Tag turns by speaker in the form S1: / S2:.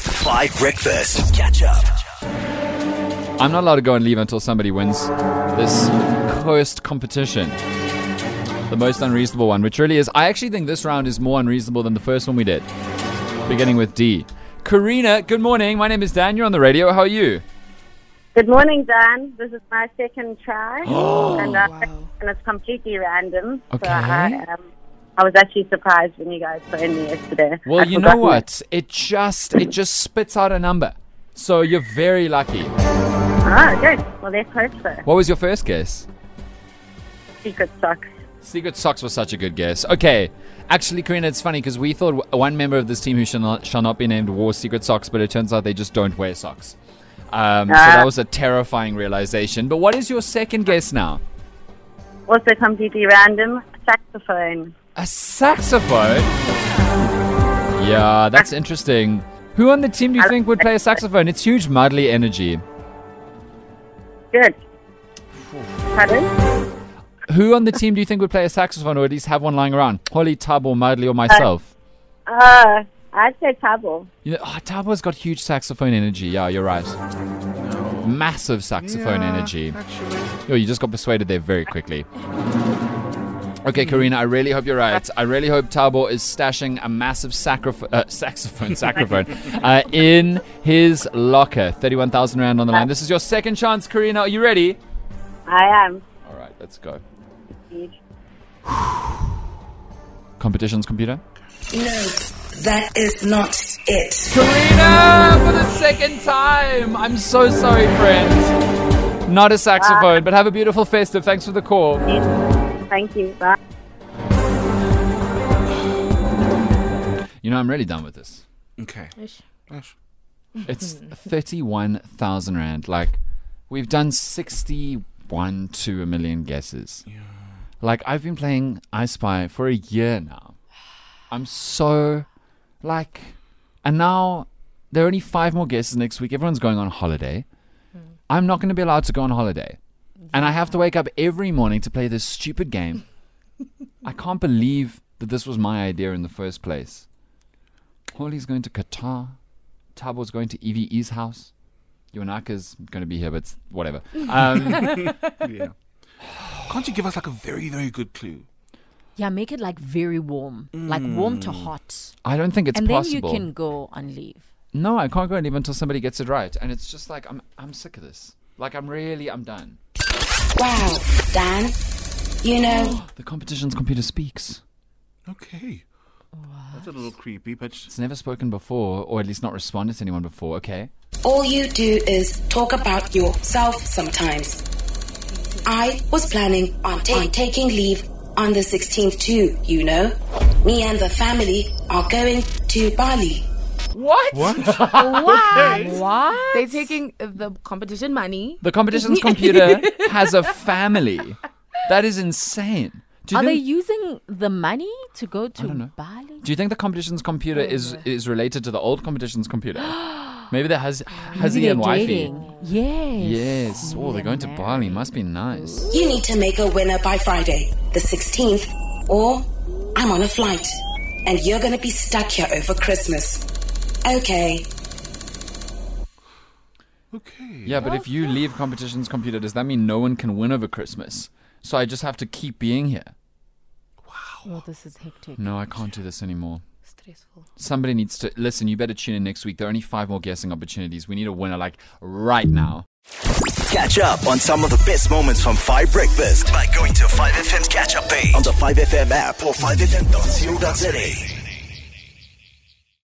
S1: Five Breakfast. Catch up.
S2: I'm not allowed to go and leave until somebody wins this cursed competition. The most unreasonable one, which really is, I actually think this round is more unreasonable than the first one we did, beginning with D. Karina, good morning. My name is Dan. You're on the radio. How are you?
S3: Good morning, Dan. This is my second try, and, uh, and it's completely random.
S2: Oh, Okay.
S3: So I, um, I was actually surprised when you guys phoned me yesterday.
S2: Well,
S3: I'd
S2: you know
S3: forgotten it.
S2: what? It just it just spits out a number. So you're very lucky.
S3: Oh, good. Well, let's hope so.
S2: What was your first guess?
S3: Secret socks.
S2: Secret Socks was such a good guess. Okay. Actually, Karina, it's funny because we thought w- one member of this team who shall not, shall not be named wore Secret Socks, but it turns out they just don't wear socks. Um, so
S3: Ah.
S2: that was a terrifying realization. But what is your second guess now?
S3: Also completely random. Saxophone.
S2: A saxophone? Yeah, that's interesting. Who on the team do you think would play a saxophone? It's huge, mudly energy.
S3: Good. Pardon?
S2: Who on the team do you think would play a saxophone or at least have one lying around? Holly, Tub, or Mudley, or myself?
S3: Uh, I'd say Tabo.
S2: You know, oh, Tabo's got huge saxophone energy. Yeah, you're right. Massive saxophone energy. Yo, you just got persuaded there very quickly. Okay, Karina, I really hope you're right. I really hope Tabo is stashing a massive sacrif- uh, saxophone, saxophone uh, in his locker. 31,000 Rand on the line. This is your second chance, Karina. Are you ready?
S3: I am.
S2: All right, let's go.
S3: Huge.
S2: Competitions computer.
S4: No, that is not it.
S2: Karina for the second time. I'm so sorry, friends. Not a saxophone, but have a beautiful festive. Thanks for the call.
S3: Thank you. Bye.
S2: You know, I'm really done with this.
S5: Okay. Ish.
S2: It's 31,000 Rand. Like, we've done 61 to a million guesses. Like, I've been playing I Spy for a year now. I'm so, like, and now there are only five more guesses next week. Everyone's going on holiday. I'm not going to be allowed to go on holiday. And I have to wake up every morning to play this stupid game. I can't believe that this was my idea in the first place. Holly's going to Qatar. Tabo's going to EVE's house. Yonaka's going to be here, but it's whatever. Um,
S5: Yeah. Can't you give us like a very, very good clue?
S6: Yeah, make it like very warm, like warm to hot,
S2: I don't think Mm. it's
S6: and then
S2: possible.
S6: you can go on leave.
S2: No, I can't go and leave until somebody gets it right. And it's just like I'm, I'm sick of this. Like I'm really, I'm done.
S4: Wow, Dan. You know,
S2: The competition's computer speaks.
S5: Okay. That's a little creepy, but
S2: It's never spoken before, or at least not responded to anyone before. Okay.
S4: all you do is talk about yourself sometimes. I was planning on, ta- on taking leave on the 16th, too, you know. Me and the family are going to Bali.
S2: What?
S7: What?
S6: What?
S7: They're taking the competition money.
S2: The competition's computer has a family. That is insane. Do you
S6: Are they
S2: think-
S6: using the money to go
S2: don't know.
S6: to Bali?
S2: Do you think the competition's computer
S6: Oh,
S2: is is related to the old competition's computer? Maybe that has has E he
S6: Maybe
S2: and
S6: they're
S2: wifey.
S6: dating. Yes. E
S2: Yes. Oh, they're going to Bali. Must be nice.
S4: You need to make a winner by Friday, the 16th, or I'm on a flight and you're going to be stuck here over Christmas. Okay,
S5: okay.
S2: Yeah, but if you leave competition's computer, does that mean no one can win over Christmas? So I just have to keep being here.
S6: Oh, this is hectic.
S2: No, I can't do this anymore.
S7: Stressful.
S2: Somebody needs to listen. You better tune in next week. There are only five more guessing opportunities. We need a winner like right now.
S1: Catch up on some of the best moments from Five Breakfast by going to 5FM's catch up page on the 5FM app or 5FM.co.za.